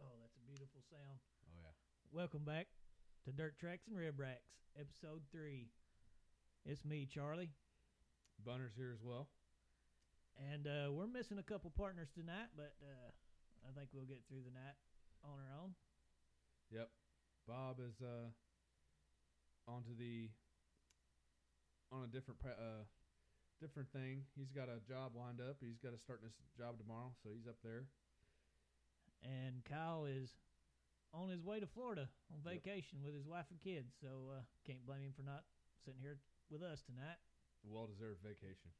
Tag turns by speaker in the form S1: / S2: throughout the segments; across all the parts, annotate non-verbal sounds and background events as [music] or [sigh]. S1: Oh, beautiful sound.
S2: Oh yeah.
S1: Welcome back to Dirt Tracks and Rib Racks, episode three. It's me, Charlie,
S2: Bunner's here as well.
S1: and uh, we're missing a couple partners tonight, but uh, I think we'll get through the night on our own.
S2: Yep. Bob is uh onto the on a different pra- uh different thing. He's got a job lined up. He's got to start this job tomorrow, so he's up there.
S1: And Kyle is on his way to Florida on
S2: Yep.
S1: vacation with his wife and kids, so uh, can't blame him for not sitting here with us tonight.
S2: Well deserved vacation.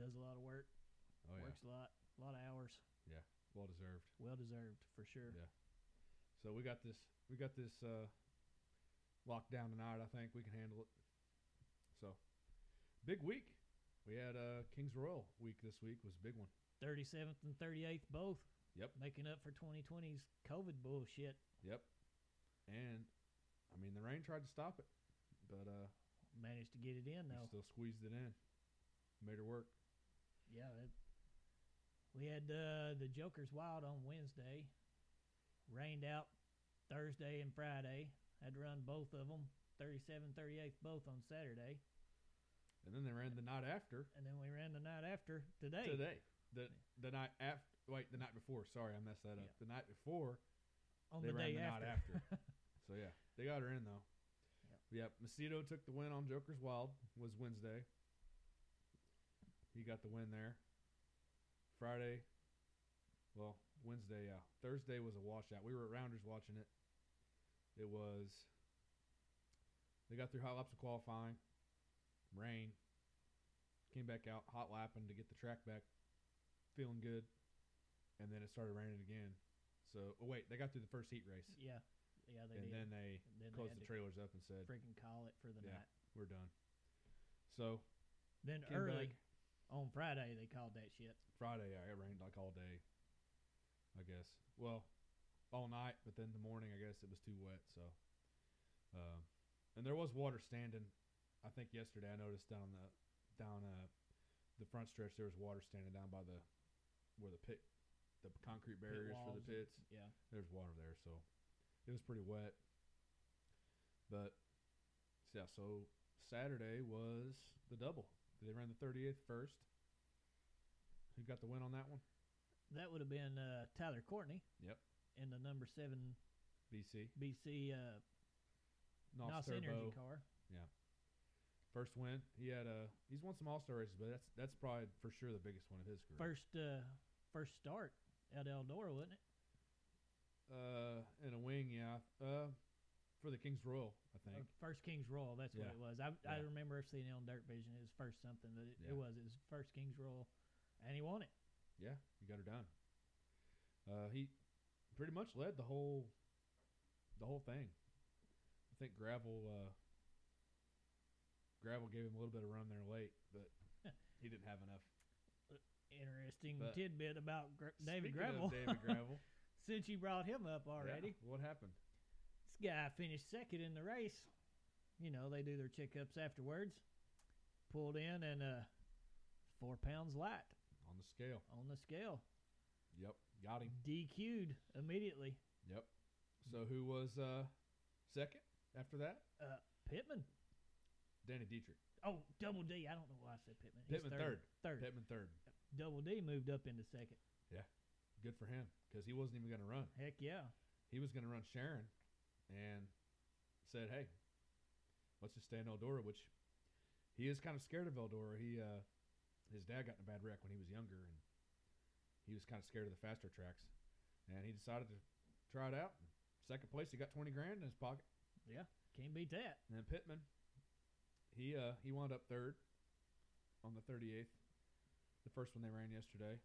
S1: Does a lot of work,
S2: Oh yeah.
S1: works a lot, a lot of hours,
S2: Well deserved.
S1: well deserved for sure.
S2: Yeah. So we got this we got this uh locked down tonight, I think we can handle it. So big week. We had uh Kings Royal week this week was a big one.
S1: 37th and 38th both.
S2: Yep.
S1: Making up for 2020's COVID bullshit.
S2: Yep. And I mean the rain tried to stop it, but uh
S1: Managed to get it in
S2: we
S1: though.
S2: still squeezed it in. Made her work.
S1: Yeah. It, we had uh, the Joker's Wild on Wednesday. Rained out Thursday and Friday. Had to run both of them. 37, 38th both on Saturday.
S2: And then they ran the night after
S1: And then we ran the night after today.
S2: today. The the night after wait, the night before, sorry, I messed that up.
S1: Yeah.
S2: The night before
S1: On the
S2: they ran
S1: day
S2: the
S1: after.
S2: night after. so yeah, they got her in though.
S1: Yep.
S2: Yep. Macedo took the win on Joker's Wild was Wednesday. He got the win there. Friday, well Wednesday, yeah. Thursday was a washout. We were at Rounders watching it. It was. They got through hot laps of qualifying. Rain. Came back out hot lapping to get the track back, feeling good, and then it started raining again. So oh wait, they got through the first heat race
S1: [laughs] Yeah. Yeah, they did.
S2: and then they
S1: and then
S2: closed
S1: they
S2: the
S1: had
S2: trailers up and said
S1: to freaking call it for the
S2: Yeah.
S1: night.
S2: we're done. So
S1: Then
S2: Came
S1: early
S2: back.
S1: on Friday they called that shit.
S2: Friday, yeah, it rained like all day. I guess. Well, all night, but then the morning, I guess it was too wet. So, um, and there was water standing. I think yesterday I noticed down the down uh, the front stretch there was water standing down by the where the pit the concrete
S1: Pit
S2: barriers for the
S1: walls and-
S2: pits.
S1: Yeah.
S2: there's water there, so it was pretty wet. But yeah, so Saturday was the double. They ran the 38th first. Who got the win on that one?
S1: That would have been uh, Tyler Courtney.
S2: Yep.
S1: In the number seven
S2: BC.
S1: BC uh,
S2: Nos,
S1: NOS
S2: Turbo.
S1: Energy car.
S2: First win. He had a. He's won some All Star races, but that's that's probably for sure the biggest one of his career.
S1: First uh, first start at Eldora, wasn't it?
S2: Uh, in a wing, yeah. Uh, for the Kings Royal, I
S1: Or
S2: think.
S1: First Kings Royal. That's
S2: Yeah.
S1: what it was. I, I
S2: Yeah.
S1: remember seeing it on Dirt Vision. It was first something, but it,
S2: Yeah.
S1: it was. It was first Kings Royal, and he won it.
S2: Yeah, you got her done. Uh, he pretty much led the whole the whole thing. I think gravel uh, gravel gave him a little bit of run there late,
S1: [laughs]
S2: but he didn't have enough.
S1: Interesting
S2: But-
S1: tidbit about Gr- David
S2: Speaking
S1: Gravel.
S2: of David Gravel.
S1: [laughs] Since you brought him up
S2: yeah,
S1: already,
S2: what happened?
S1: this guy finished second in the race. You know they do their checkups afterwards. Pulled in and uh, four pounds light
S2: On the scale.
S1: on the scale.
S2: Yep, got him.
S1: DQ'd immediately.
S2: Yep. So who was uh, second after that?
S1: Uh, Pittman.
S2: Danny Dietrich.
S1: Oh, Double D. I don't know why I said Pittman. He's
S2: Pittman third.
S1: Third.
S2: Pittman third.
S1: Double D moved up into second.
S2: Good for him because he wasn't even going to run.
S1: Heck yeah.
S2: he was going to run Sharon and said, hey, let's just stay in Eldora, which he is kind of scared of Eldora. He, uh, his dad got in a bad wreck when he was younger, and he was kind of scared of the faster tracks. And he decided to try it out. Second place, he got 20 grand in his pocket.
S1: Can't beat that.
S2: And then Pittman, he uh, he wound up third on the 38th, the first one they ran yesterday,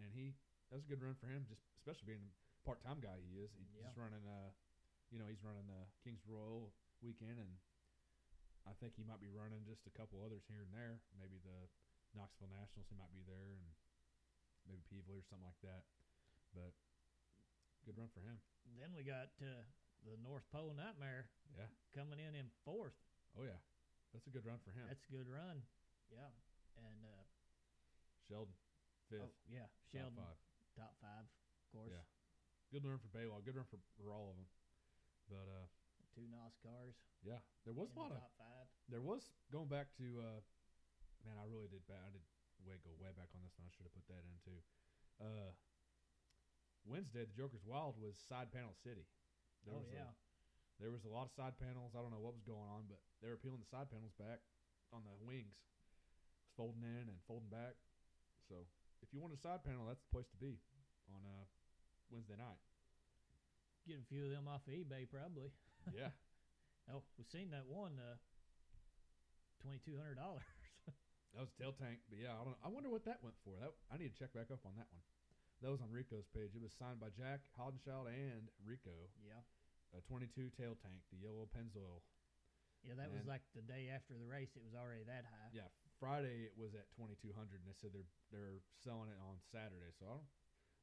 S2: and he that was a good run for him, just especially being the part-time guy he is. He's
S1: Yeah.
S2: just running uh, you know, he's running the Kings Royal weekend, and I think he might be running just a couple others here and there. Maybe the Knoxville Nationals, he might be there, and maybe Peevely or something like that. But good run for him.
S1: Then we got uh, the North Pole Nightmare
S2: Yeah.
S1: coming in in fourth.
S2: Oh yeah, that's a good run for him.
S1: That's a good run. Yeah. And, uh,
S2: Sheldon, fifth.
S1: oh, yeah,
S2: Top
S1: Sheldon, top five,
S2: five.
S1: of course.
S2: Yeah. Good run for Baylor. Good run for, for all of them. But uh,
S1: Two NASCARs.
S2: yeah, there was
S1: in
S2: a lot
S1: the
S2: of
S1: top five.
S2: there was going back to uh, man. I really did bad. I did way go way back on this one. I should have put that in too. Uh, Wednesday, the Joker's Wild was side panel city. There
S1: oh
S2: was
S1: yeah,
S2: a, there was a lot of side panels. I don't know what was going on, but they were peeling the side panels back on the wings, It's folding in and folding back. So if you want a side panel, that's the place to be on uh, Wednesday night.
S1: get a few of them off eBay probably.
S2: Yeah,
S1: Oh, we seen that one. Uh, twenty two hundred dollars. [laughs]
S2: that was tail tank. But yeah, I don't. I wonder what that went for. That I need to check back up on that one. That was on Rico's page. It was signed by Jack Hodenschild and Rico.
S1: yeah,
S2: A 22 tail tank, the yellow Pennzoil.
S1: yeah, that was
S2: And-
S1: like the day after the race. It was already that high.
S2: Yeah, Friday it was at 2200, and they said they're they're selling it on Saturday. So I don't,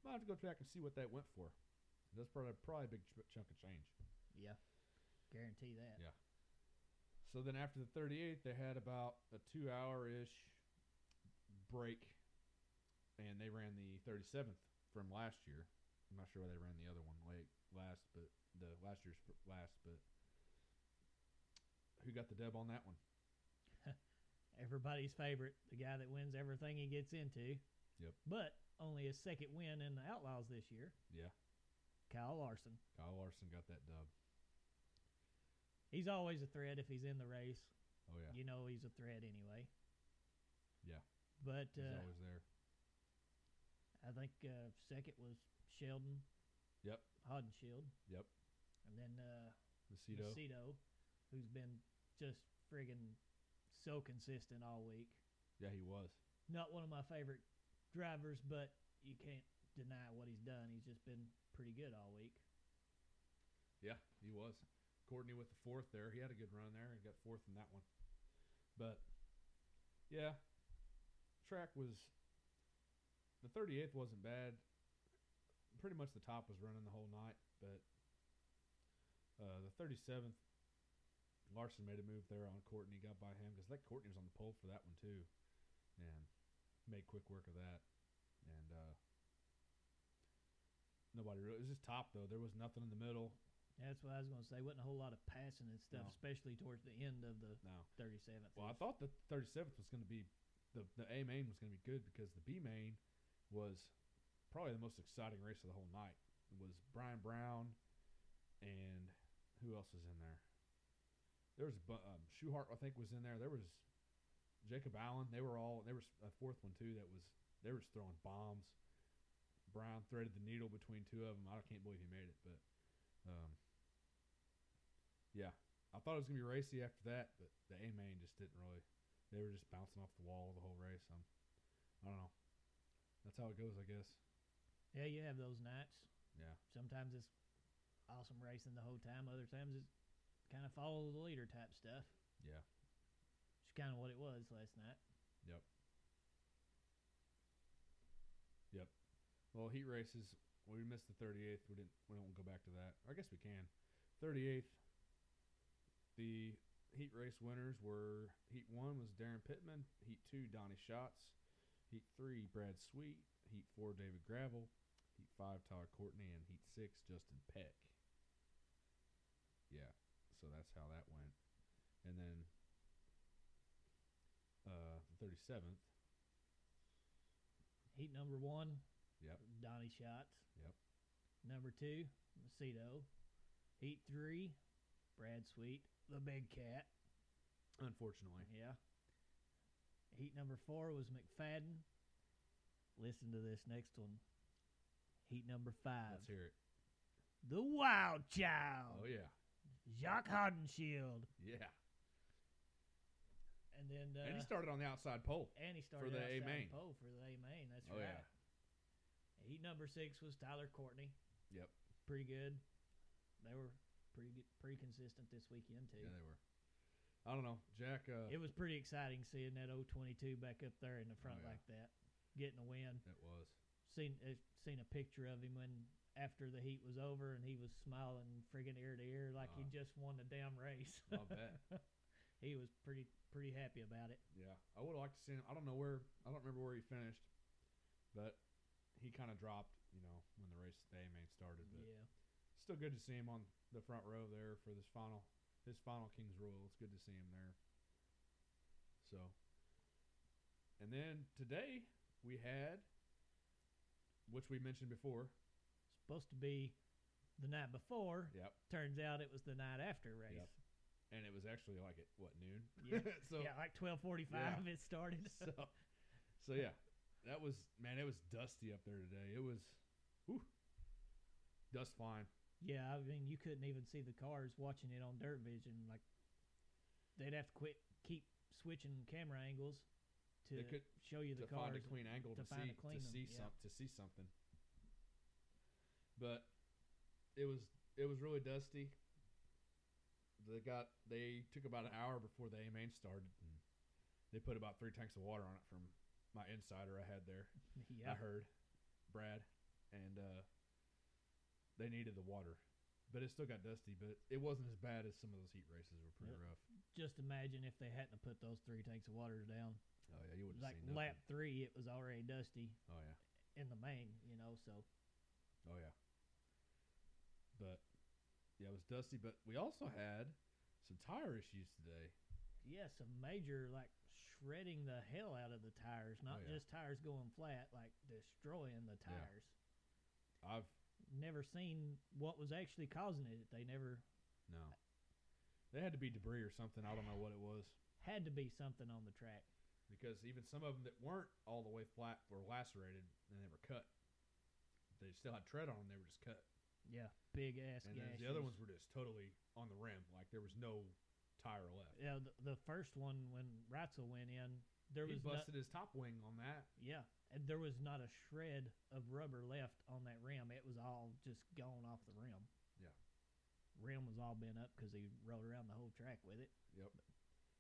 S2: might have to go back and see what that went for. That's probably probably a big ch- chunk of change.
S1: Yeah, guarantee that.
S2: Yeah. So then after the 38th, they had about a two hour ish break, and they ran the 37th from last year. I'm not sure why they ran the other one late last, but the last year's fir- last, but who got the dub on that one?
S1: Everybody's favorite, the guy that wins everything he gets into.
S2: Yep.
S1: But only his second win in the Outlaws this year.
S2: Yeah.
S1: Kyle Larson.
S2: Kyle Larson got that dub.
S1: He's always a threat if he's in the race.
S2: Oh yeah,
S1: You know he's a threat anyway.
S2: Yeah.
S1: But
S2: he's
S1: uh,
S2: always there.
S1: I think uh, second was Sheldon.
S2: Yep.
S1: Hodenshield.
S2: Yep.
S1: And then uh,
S2: Macedo.
S1: Macedo, who's been just friggin' so consistent all week.
S2: Yeah, he was.
S1: Not one of my favorite drivers, but you can't deny what he's done. He's just been pretty good all week.
S2: Yeah, he was. Courtney with the fourth there. He had a good run there and got fourth in that one. But yeah, track was the 38th wasn't bad. Pretty much the top was running the whole night, but uh, the 37th, Larson made a move there on Courtney, got by him because that Courtney was on the pole for that one too, and made quick work of that. And uh, nobody really. It was just top though. There was nothing in the middle.
S1: That's what I was going to say. Wasn't a whole lot of passing and stuff,
S2: No.
S1: especially towards the end of the
S2: No.
S1: 37th.
S2: Well, I thought the 37th was going to be the the A main was going to be good because the B main was probably the most exciting race of the whole night. It was Brian Brown and who else was in there? There was a bu- um, Schuhart, I think, was in there. There was Jacob Allen. They were all. There was a fourth one too that was. They were just throwing bombs. Brown threaded the needle between two of them. I can't believe he made it, but um, yeah, I thought it was gonna be racy after that, but the A main just didn't really. They were just bouncing off the wall the whole race. I'm, I don't know. That's how it goes, I guess.
S1: yeah, you have those nights.
S2: Yeah.
S1: Sometimes it's awesome racing the whole time. Other times it's kind of follow the leader type stuff.
S2: Yeah.
S1: Which is kind of what it was last night.
S2: Well, heat races. We missed the 38th. We didn't. We don't go back to that. I guess we can. 38th. The heat race winners were Heat One was Darren Pittman. Heat Two Donnie Schatz. Heat Three Brad Sweet. Heat Four David Gravel. Heat Five Tyler Courtney and Heat Six Justin Peck. Yeah. So that's how that went. And then uh, the 37th.
S1: Heat number one.
S2: Yep.
S1: Donnie Schatz.
S2: Yep.
S1: Number two, Macedo. Heat three, Brad Sweet, the big cat.
S2: Unfortunately.
S1: Yeah. Heat number four was McFadden. Listen to this next one. Heat number five,
S2: Let's hear it.
S1: the Wild Child,
S2: Oh yeah.
S1: Jacques Hodenshield,
S2: Yeah.
S1: and then uh,
S2: and he started on the outside pole.
S1: and he started
S2: the
S1: outside
S2: A-main.
S1: pole for the A main. That's
S2: Oh,
S1: right.
S2: yeah.
S1: Heat number six was Tyler Courtney.
S2: Yep.
S1: Pretty good. They were pretty good, pretty consistent this weekend too.
S2: Yeah, they were. I don't know, Jack. Uh,
S1: It was pretty exciting seeing that 022 back up there in the front
S2: Oh, yeah.
S1: like that, getting a win.
S2: it was.
S1: Seen uh, seen a picture of him when after the heat was over, and he was smiling friggin' ear to ear like he
S2: Uh-huh.
S1: just won the damn race. [laughs]
S2: I bet.
S1: he was pretty pretty happy about it.
S2: Yeah, I would have liked to see him. I don't know where. I don't remember where he finished, but he kind of dropped, you know, when the race the A main started. But
S1: Yeah.
S2: still good to see him on the front row there for this final his final King's Royal. It's good to see him there. So and then today we had which we mentioned before.
S1: Supposed to be the night before.
S2: Yep.
S1: Turns out it was the night after race.
S2: And it was actually like at what noon?
S1: Yeah.
S2: [laughs] so
S1: yeah, like twelve forty-five it started.
S2: so so yeah. That was man, it was dusty up there today. It was whew, dust fine.
S1: [laughs] yeah, I mean you couldn't even see the cars watching it on Dirt Vision. Like they'd have to quit keep switching camera angles to
S2: They could-
S1: show you the
S2: to
S1: cars.
S2: find a clean angle
S1: to
S2: to,
S1: find a
S2: see
S1: clean
S2: to
S1: one,
S2: see
S1: yeah.
S2: some to see something. But it was it was really dusty. They got they took about an hour before the A main started. And they put about three tanks of water on it from my insider I had there.
S1: [laughs] yeah.
S2: I heard Brad, and uh, they needed the water. But it still got dusty, but it wasn't as bad as some of those heat races were pretty
S1: Yep.
S2: rough.
S1: Just imagine if they hadn't have put those three tanks of water down.
S2: Oh yeah, you would have
S1: Like
S2: seen
S1: lap
S2: nothing.
S1: three, it was already dusty
S2: Oh yeah.
S1: in the main, you know. So
S2: Oh yeah. But yeah, it was dusty. But we also had some tire issues today.
S1: yeah, some major like shredding the hell out of the tires. Not
S2: Oh, yeah.
S1: just tires going flat, like destroying the
S2: Yeah.
S1: tires.
S2: I've
S1: Never seen what was actually causing it. They never
S2: no. They had to be debris or something. I don't know what it was
S1: had to be something on the track.
S2: because even some of them that weren't all the way flat were lacerated and they were cut. They still had tread on them. They were just cut.
S1: Yeah, big ass
S2: and then
S1: gashes.
S2: the other ones were just totally on the rim, like there was no tire left.
S1: Yeah, the, the first one when Ratzel went in, there
S2: he
S1: was no,
S2: busted his top wing on that.
S1: yeah, and there was not a shred of rubber left on that rim. It was all just gone off the rim.
S2: Yeah.
S1: rim was all bent up because he rode around the whole track with it.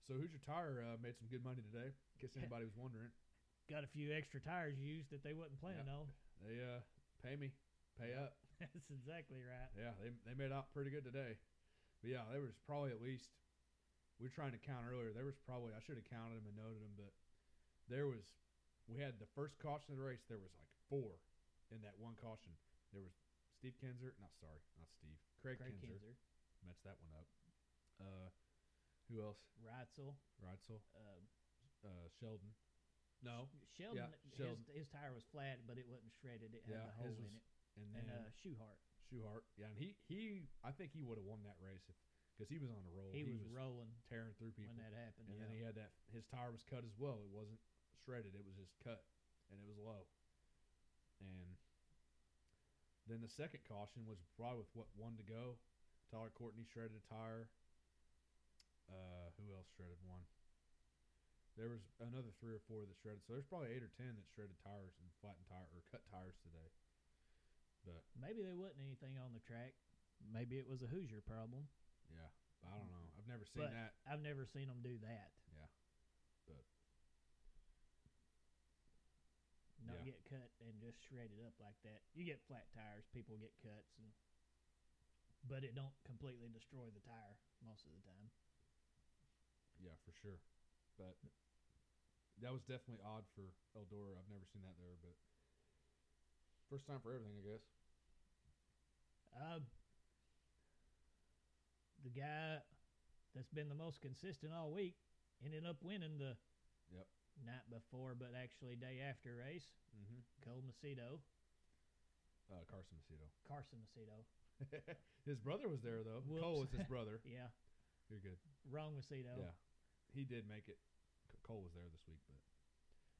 S2: So Hoosier Tire uh, made some good money today. In case anybody was wondering.
S1: Got a few extra tires used that they wasn't planning on. [laughs]
S2: They uh pay me, pay up.
S1: That's exactly right.
S2: Yeah, they they made out pretty good today. But yeah, there was probably at least we were trying to count earlier. There was probably I should have counted them and noted them, but there was we had the first caution of the race. There was like four in that one caution. There was Steve Kinzer, not sorry, not Steve, Craig,
S1: Craig
S2: Kinzer,
S1: Kinzer,
S2: messed that one up. Uh, who else?
S1: Reitzel,
S2: Reitzel,
S1: uh,
S2: uh, Sheldon. No,
S1: Sh- Sheldon,
S2: Sheldon.
S1: His, his tire was flat, but it wasn't shredded. It had
S2: Yeah,
S1: a
S2: his
S1: hole in
S2: was-
S1: it.
S2: and
S1: And uh,
S2: then
S1: Shoehart,
S2: Schuhart. Yeah, and he he I think he would have won that race if because he was on a roll.
S1: he, was, rolling
S2: tearing through people.
S1: when that happened.
S2: and
S1: yeah.
S2: then he had that his tire was cut as well. It wasn't shredded. It was just cut, and it was low. And then the second caution was probably with what one to go. Tyler Courtney shredded a tire. Uh, who else shredded one? There was another three or four that shredded. So there's probably eight or ten that shredded tires and flattened tire or cut tires today. But
S1: Maybe there wasn't anything on the track. Maybe it was a Hoosier problem.
S2: yeah, I don't know. I've never seen
S1: But-
S2: that.
S1: I've never seen them do that.
S2: Yeah. But-
S1: not
S2: Yeah.
S1: get cut and just shredded up like that. You get flat tires, people get cuts, and, but it don't completely destroy the tire most of the time.
S2: Yeah, for sure. But that was definitely odd for Eldora. I've never seen that there, but first time for everything, I guess.
S1: Uh, the guy that's been the most consistent all week ended up winning the
S2: Yep.
S1: night before, but actually day after race.
S2: Mm-hmm.
S1: Cole Macedo,
S2: Uh, Carson Macedo. [laughs]
S1: Carson Macedo.
S2: his brother was there though. Cole was
S1: Whoops.
S2: his brother.
S1: Yeah,
S2: You're good.
S1: wrong Macedo.
S2: Yeah, he did make it. C- Cole was there this week, but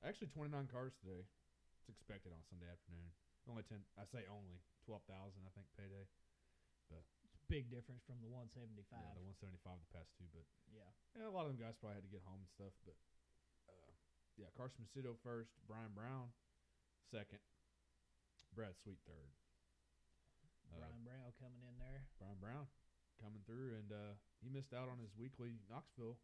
S2: actually 29 cars today. It's expected on Sunday afternoon. Only 10. I say only 12,000. I think payday.
S1: Big difference from the 175.
S2: Yeah, the 175 the past two, but
S1: yeah.
S2: Yeah, a lot of them guys probably had to get home and stuff, but uh, yeah, Carson Macedo first, Brian Brown second, Brad Sweet third. Uh,
S1: Brian Brown coming in there.
S2: Brian Brown coming through, and uh, he missed out on his weekly Knoxville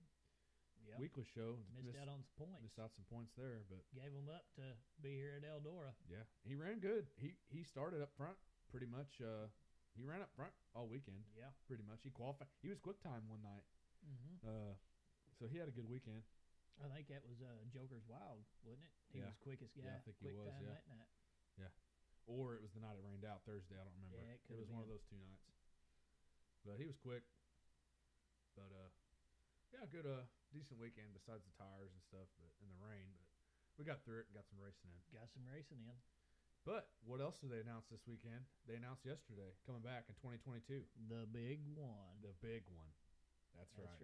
S1: Yep.
S2: weekly show.
S1: missed, out on some points.
S2: missed out some points there, but
S1: Gave him up to be here at Eldora.
S2: yeah, he ran good. He he started up front pretty much. Uh, he ran up front all weekend
S1: Yeah.
S2: pretty much. He qualified. He was quick time one night,
S1: hmm
S2: uh, so he had a good weekend.
S1: I think that was uh, Joker's Wild, wasn't it? He
S2: Yeah.
S1: was quickest guy.
S2: Yeah, I think he
S1: quick
S2: was,
S1: time
S2: yeah.
S1: that night.
S2: or it was the night it rained out Thursday. I don't remember.
S1: Yeah, it
S2: it
S1: could've
S2: was one of
S1: been.
S2: those two nights. But he was quick. But uh, yeah, good uh, decent weekend besides the tires and stuff, but and the rain. But we got through it and got some racing in.
S1: Got some racing in.
S2: But what else did they announce this weekend? They announced yesterday coming back in 2022,
S1: The big one.
S2: the big one. That's, right.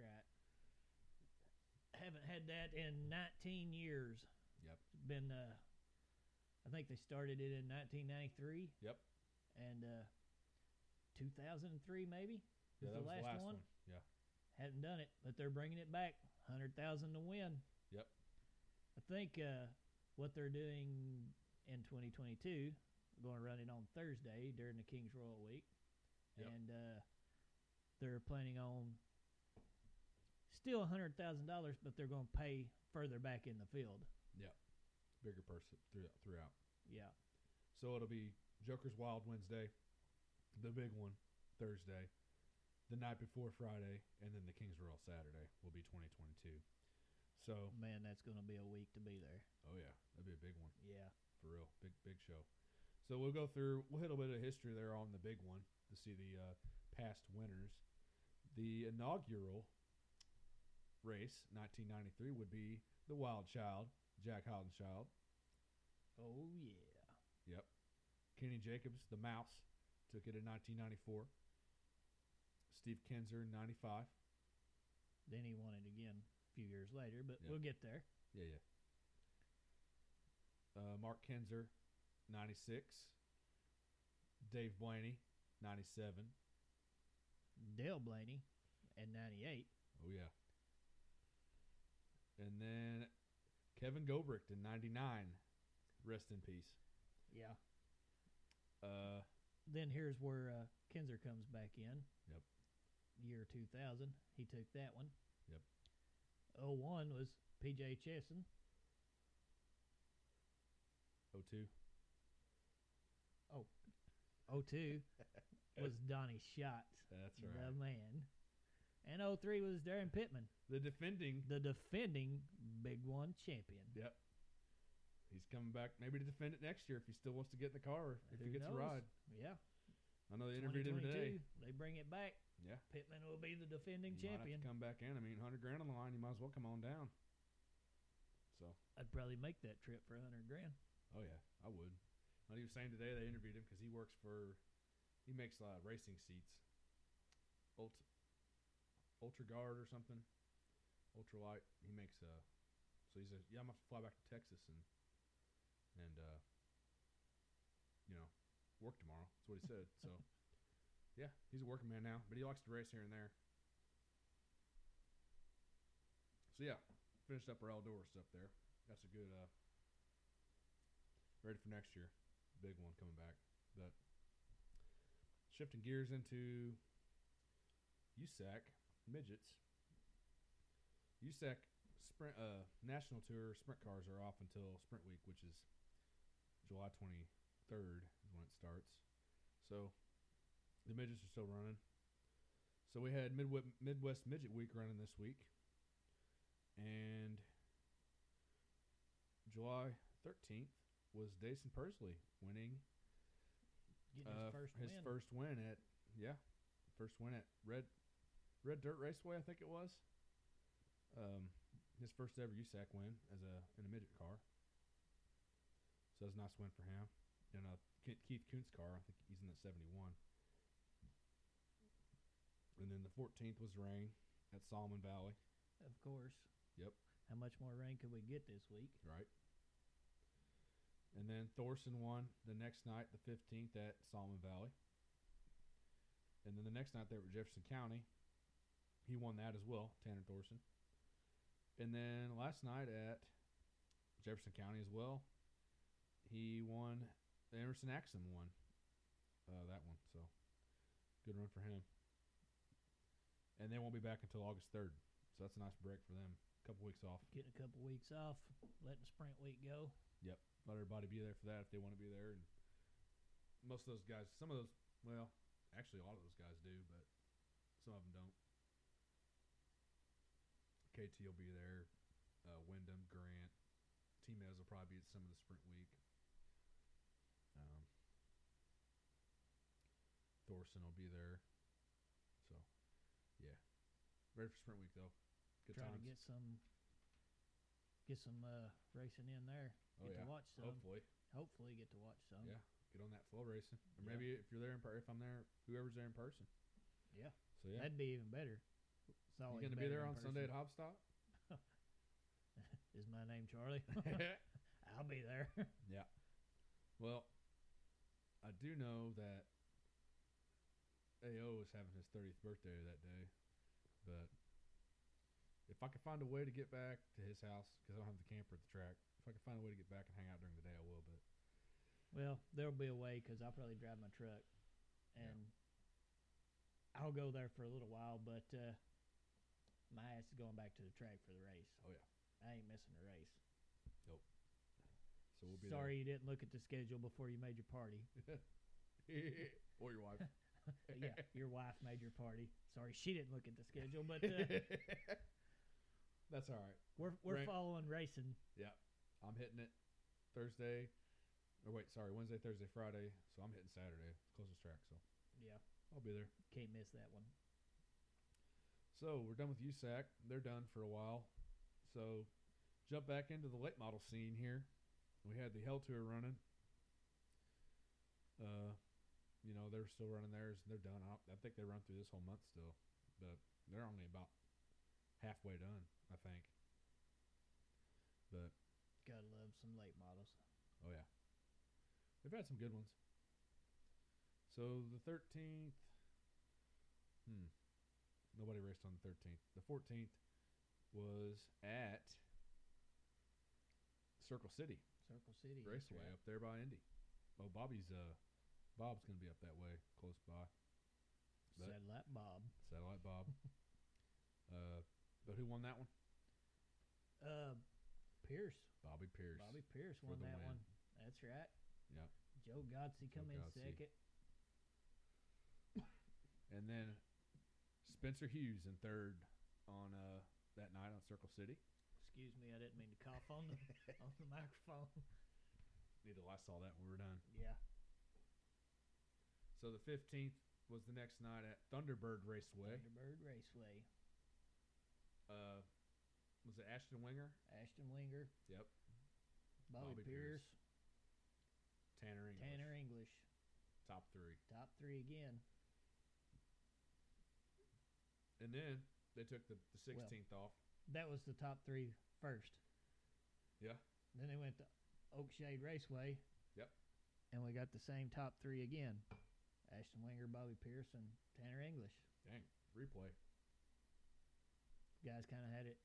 S1: Haven't had that in 19 years.
S2: Yep.
S1: It's been, uh, I think they started it in 1993.
S2: Yep.
S1: And uh, 2003 maybe
S2: Yeah,
S1: was
S2: that
S1: the last, one.
S2: Yeah,
S1: Hadn't done it, but they're bringing it back. 100,000 to win.
S2: Yep.
S1: I think uh, what they're doing in 2022, going to run it on Thursday during the King's Royal Week,
S2: Yep.
S1: and uh, they're planning on still $100,000, but they're going to pay further back in the field.
S2: bigger person throughout. throughout.
S1: Yeah.
S2: So it'll be Joker's Wild Wednesday, the big one Thursday, the night before Friday, and then the King's Royal Saturday will be 2022. So,
S1: Man, that's going to be a week to be there.
S2: oh yeah, that'd be a big one.
S1: Yeah.
S2: for real. Big big show. So we'll go through. We'll hit a bit of history there on the big one to see the uh, past winners. The inaugural race, 1993, would be the Wild Child, Jack Hollenschild,
S1: Oh, yeah.
S2: Kenny Jacobs, the Mouse, took it in 1994. Steve Kinzer, 95.
S1: Then he won it again a few years later, but
S2: Yeah.
S1: we'll get there.
S2: Yeah, yeah. Uh, Mark Kinzer, 96. Dave Blaney, 97.
S1: Dale Blaney and 98.
S2: Oh yeah. And then Kevin Gobrick in '99, rest in peace.
S1: Yeah.
S2: Uh,
S1: then here's where uh, Kinzer comes back in.
S2: Yep.
S1: Year 2000, he took that one.
S2: Yep.
S1: 01 was P.J. Chesson.
S2: 02. [laughs]
S1: 02 was Donnie Schatz,
S2: That's
S1: the man. And 03 was Darren Pittman,
S2: The defending.
S1: the defending Big One champion.
S2: Yep. He's coming back, maybe to defend it next year if he still wants to get in the car, or if
S1: Who
S2: he gets
S1: knows?
S2: a ride.
S1: Yeah.
S2: I know they interviewed him today.
S1: 2022, They bring it back.
S2: Yeah.
S1: Pittman will be the defending
S2: He might have to
S1: champion.
S2: come back in. I mean, hundred grand on the line. You might as well come on down. So,
S1: I'd probably make that trip for 100 grand.
S2: oh yeah, I would. Not even saying today they interviewed him because he works for, he makes uh, racing seats, Ult, Ultra Guard or something, Ultralight. He makes uh, so he's a yeah. I'm gonna fly back to Texas and and uh, you know, work tomorrow. That's what he said. so, yeah, he's a working man now, but he likes to race here and there. So yeah, finished up our outdoor stuff there. That's a good uh, ready for next year. Big one coming back. But shifting gears into USAC midgets. USAC sprint uh, national tour sprint cars are off until sprint week, which is July twenty third is when it starts. So the midgets are still running. So we had Midwest, Midwest Midget Week running this week, and July thirteenth was Dason Persley winning
S1: Getting his
S2: uh,
S1: first
S2: his
S1: win.
S2: first win at yeah, first win at Red Red Dirt Raceway, I think it was. Um, his first ever USAC win as a in a midget car. So that's a nice win for him. And uh, Ke- Keith Kuntz car, I think he's in the seventy one. And then the fourteenth was rain at Solomon Valley,
S1: Of course.
S2: Yep.
S1: How much more rain could we get this week?
S2: right? And then Thorson won the next night, the fifteenth at Solomon Valley. And then the next night they were at Jefferson County. He won that as well, Tanner Thorson. And then last night at Jefferson County as well, he won. Emerson Axum won uh, that one, so good run for him. And they won't be back until August third, so that's a nice break for them. A couple weeks off.
S1: Getting a couple weeks off, letting sprint week go.
S2: let everybody be there for that if they want to be there. And most of those guys, some of those, well, actually a lot of those guys do, but some of them don't. KT will be there. Uh, Wyndham, Grant, Teamez will probably be at some of the sprint week. Um, Dorson will be there. So, yeah, ready for sprint week though. Good
S1: Try
S2: times.
S1: to get some get some uh, racing in there.
S2: oh
S1: get
S2: yeah.
S1: to watch some.
S2: Hopefully,
S1: Hopefully get to watch some.
S2: yeah. Get on that flow racing, or
S1: Um, Yeah.
S2: maybe if you're there in per- if I'm there, whoever's there in person.
S1: Yeah.
S2: So yeah,
S1: That'd be even better. It's always
S2: you gonna be
S1: better
S2: there
S1: in
S2: on Sunday at
S1: person. [laughs]
S2: [laughs] Hopstock?
S1: Is my name Charlie? [laughs] I'll be there.
S2: well, I do know that AO is having his 30th birthday that day, but if I could find a way to get back to his house because I don't have the camper at the track, if I could find a way to get back and hang out during the day, I will. But
S1: Well, there'll be a way because I'll probably drive my truck,
S2: Yeah.
S1: and I'll go there for a little while. But uh, my ass is going back to the track for the race.
S2: Oh, yeah.
S1: I ain't missing the race.
S2: so we'll be [laughs]
S1: Sorry you didn't look at the schedule before you made your party.
S2: there. or your wife.
S1: But yeah, your wife made your party. Sorry she didn't look at the schedule, but
S2: [laughs]
S1: uh,
S2: That's all right.
S1: we're we're
S2: Right.
S1: following racing.
S2: I'm hitting it Thursday. Or wait, sorry, Wednesday, Thursday, Friday. So I'm hitting Saturday, closest track. So
S1: Yeah,
S2: I'll be there.
S1: can't miss that one.
S2: So we're done with USAC. They're done for a while. So jump back into the late model scene here. We had the Hell Tour running. Uh, you know they're still running theirs. They're done. I, I think they run through this whole month still, but they're only about halfway done, I think. But
S1: Gotta love some late models.
S2: oh yeah, they've had some good ones. So the thirteenth, hmm, nobody raced on the thirteenth. The fourteenth was at Circle City
S1: Circle City that's
S2: Raceway
S1: right.
S2: up there by Indy. Oh, Bobby's uh, Bob's gonna be up that way, close by. but-
S1: Satellite Bob.
S2: Satellite
S1: [laughs]
S2: Bob. uh, but who won that one?
S1: Uh, Pierce.
S2: Bobby Pierce.
S1: Bobby Pierce
S2: for
S1: won
S2: the
S1: that
S2: win.
S1: one. That's right.
S2: Yep.
S1: Joe Godsey
S2: Joe
S1: come in
S2: Godsey.
S1: second.
S2: And then Spencer Hughes in third on uh, that night on Circle City.
S1: Excuse me, I didn't mean to cough [laughs] on the on the microphone.
S2: Need to last all that when we're done.
S1: [laughs] Yeah.
S2: So the fifteenth was the next night at Thunderbird Raceway.
S1: Thunderbird Raceway.
S2: Uh, was it Ashton Winger,
S1: Ashton Winger.
S2: Yep.
S1: Bobby,
S2: Bobby
S1: Pierce.
S2: Pierce. Tanner English,
S1: Tanner English.
S2: top three,
S1: Top three again.
S2: and then they took the the
S1: Well.
S2: sixteenth off.
S1: That was the top three first.
S2: Yeah.
S1: Then they went to Oakshade Raceway.
S2: Yep.
S1: And we got the same top three again. Ashton Winger, Bobby Pierce, and Tanner English.
S2: Dang, replay.
S1: Guys kind of had it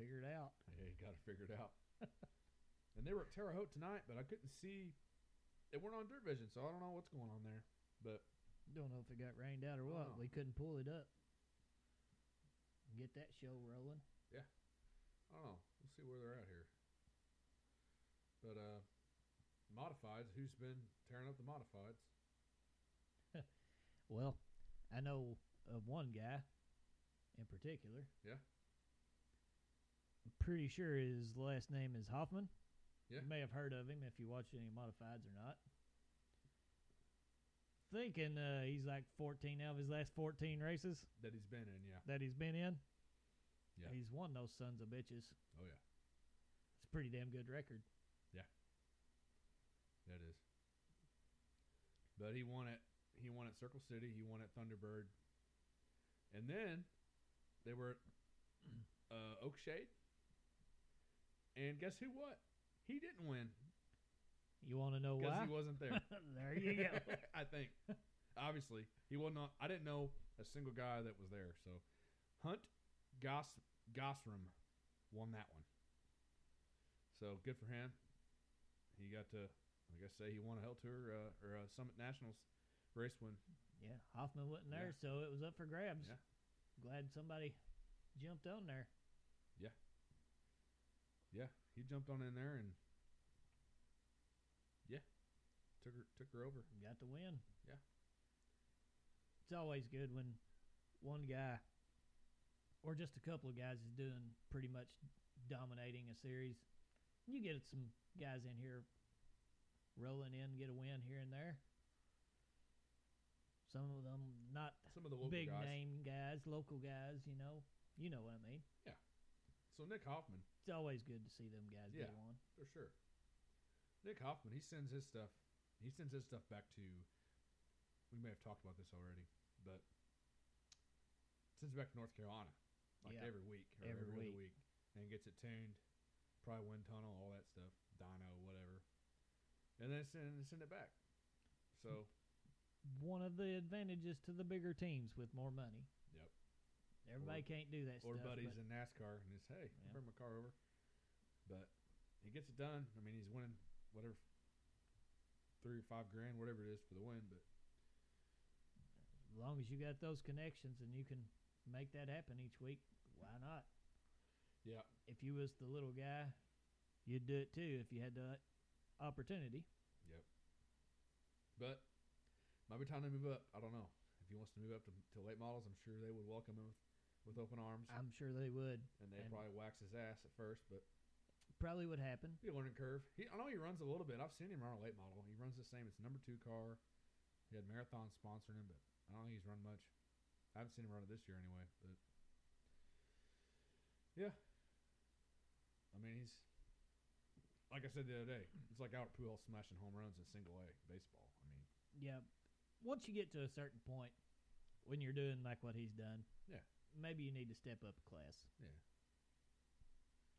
S1: figured out.
S2: Hey, got
S1: [laughs]
S2: it figured out. and they were at Terre Haute tonight, but I couldn't see. They weren't on Dirt Vision, so I don't know what's going on there. But
S1: Don't know if it got rained out or what.
S2: Oh.
S1: We couldn't pull it up. Get that show rolling.
S2: I don't know. We'll Oh, see where they're at here. But uh, modifieds. Who's been tearing up the modifieds?
S1: Well, I know of one guy in particular.
S2: Yeah.
S1: I'm pretty sure his last name is Hoffman.
S2: Yeah.
S1: You may have heard of him if you watch any modifieds or not. Thinking uh, he's like 14 out of his last 14 races
S2: That he's been in, yeah.
S1: that he's been in.
S2: Yeah.
S1: He's won those sons of bitches.
S2: Oh yeah,
S1: It's a pretty damn good record.
S2: that is. But he won it. He won at Circle City. He won at Thunderbird. And then they were at [clears throat] uh, Oakshade. And guess who? What? He didn't win
S1: You want to know
S2: because
S1: Oh, why?
S2: he wasn't there.
S1: [laughs] there you go.
S2: [laughs] I think. Obviously, he was not. I didn't know a single guy that was there. So, Hunt Goss Gossram won that one. So good for him. He got to, like I say, he won a Hell Tour uh, or a Summit Nationals race win.
S1: Yeah, Hoffman wasn't
S2: Yeah.
S1: there, so it was up for grabs.
S2: Yeah.
S1: Glad somebody jumped on there.
S2: Yeah, he jumped on in there and yeah, took her took her over.
S1: and Got the win.
S2: Yeah.
S1: It's always good when one guy or just a couple of guys is doing pretty much dominating a series. You get some guys in here rolling in, get a win here and there. Some of them not
S2: Some of the local
S1: big
S2: guys.
S1: name guys, local guys. You know, you know what I mean.
S2: So Nick Hoffman,
S1: It's always good to see them guys get
S2: Yeah.
S1: on.
S2: for sure. Nick Hoffman, he sends his stuff. He sends his stuff back to. We may have talked about this already, but sends it back to North Carolina, like
S1: Yeah.
S2: every week or
S1: Every
S2: every, other week, and gets it tuned, probably wind tunnel, all that stuff, dyno, whatever, and then send send it back. So
S1: One of the advantages to the bigger teams with more money.
S2: Yep.
S1: Everybody can't do that
S2: or
S1: stuff.
S2: buddies
S1: but
S2: in NASCAR, and it's hey,
S1: Yeah.
S2: bring my car over, but he gets it done. I mean, he's winning whatever three or five grand, whatever it is for the win, but.
S1: as long as you got those connections and you can make that happen each week, why not?
S2: Yeah.
S1: If you was the little guy, you'd do it too if you had the opportunity.
S2: But might be time to move up. I don't know. If he wants to move up to, to late models, I'm sure they would welcome him with, with open arms.
S1: I'm sure they would.
S2: and they'd
S1: and-
S2: probably wax his ass at first, but
S1: Probably would happen.
S2: he a learning curve. He, I know he runs a little bit. I've seen him run a late model. He runs the same. It's number two car. He had marathon sponsoring him, but I don't think he's run much. I haven't seen him run it this year anyway. But yeah, I mean he's like I said the other day. It's like Albert Pujols smashing home runs in single A baseball. I mean,
S1: Yeah. Once you get to a certain point when you're doing like what he's done,
S2: Yeah.
S1: maybe you need to step up a class.
S2: Yeah.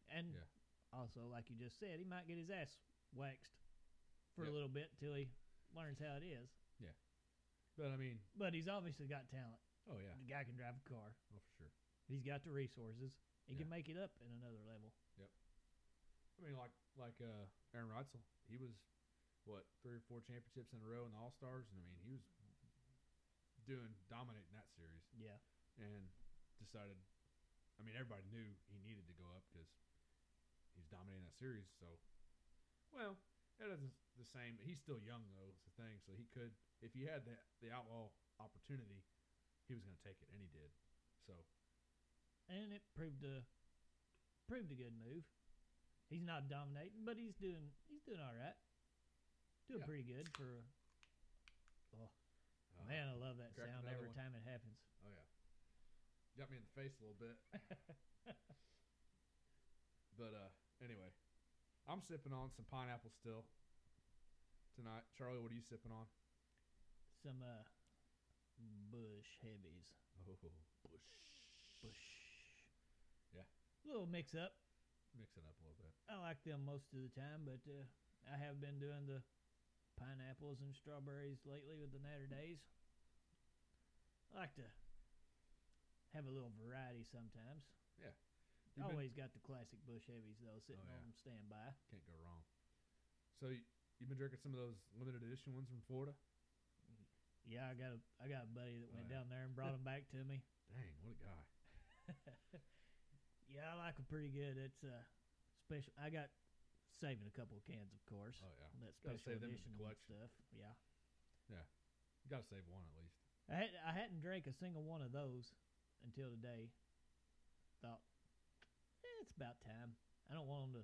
S1: And
S2: Yeah.
S1: also, like you just said, he might get his ass waxed for a
S2: Yep.
S1: little bit till he learns how it is.
S2: but I mean,
S1: But he's obviously got talent.
S2: oh yeah,
S1: The guy can drive a car.
S2: oh for sure.
S1: He's got the resources. He
S2: Yeah.
S1: can make it up in another level.
S2: I mean, like like uh, Aaron Reitzel, he was what three or four championships in a row in the All Stars, and I mean, he was doing dominating that series,
S1: Yeah.
S2: and decided. I mean, everybody knew he needed to go up because he's dominating that series. So, well, that isn't the same. He's still young though. It's the thing. So he could, if he had the the outlaw opportunity, he was going to take it, and he did. So
S1: And it proved a proved a good move. He's not dominating, but he's doing he's doing all right. Doing
S2: Yeah.
S1: pretty good for a oh,
S2: uh,
S1: Man, I love that
S2: cracked
S1: sound
S2: another
S1: every
S2: one.
S1: time it happens.
S2: Oh yeah, got me in the face a little [laughs] bit. but uh, anyway, I'm sipping on some pineapple still tonight. Charlie, what are you sipping on?
S1: Some uh, bush heavies.
S2: Oh, bush.
S1: Bush.
S2: Yeah.
S1: little mix up.
S2: Mix it up a little bit.
S1: I like them most of the time, but uh, I have been doing the pineapples and strawberries lately with the Natter Days. I like to have a little variety sometimes.
S2: Yeah.
S1: I
S2: You've been- Oh,
S1: Always got the classic bush heavies though sitting
S2: yeah.
S1: on standby.
S2: Can't go wrong. So you, you've been drinking some of those limited edition ones from Florida?
S1: Yeah, I got a I got a buddy that
S2: Oh,
S1: went
S2: yeah.
S1: down there and
S2: [laughs]
S1: brought them back to me.
S2: Dang, what a guy!
S1: Yeah, I like them pretty good. It's uh, special. I got saving a couple of cans, of course.
S2: Oh yeah,
S1: that
S2: gotta
S1: special
S2: save them as a
S1: edition
S2: collection.
S1: stuff. Yeah,
S2: you gotta save one at least.
S1: I had I hadn't drank a single one of those until today. Thought eh, it's about time. I don't want them to.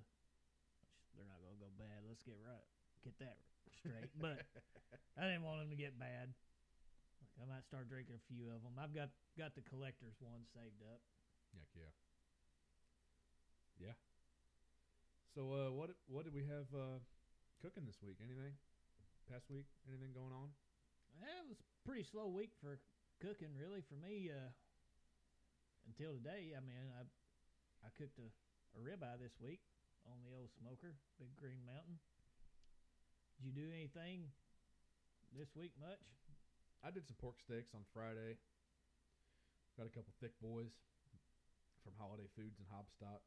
S1: They're not gonna go bad. Let's get right, get that
S2: [laughs]
S1: straight. But I didn't want them to get bad. Like, I might start drinking a few of them. I've got got the collectors one saved up.
S2: Heck yeah. Yeah. So uh, what what did we have uh, cooking this week? Anything? Past week? Anything going on?
S1: Yeah, it was a pretty slow week for cooking, really, for me. Uh, until today, I mean, I I cooked a, a ribeye this week on the old smoker, Big Green Mountain. Did you do anything this week much?
S2: I did some pork steaks on Friday. Got a couple thick boys from Holiday Foods in Hobstock,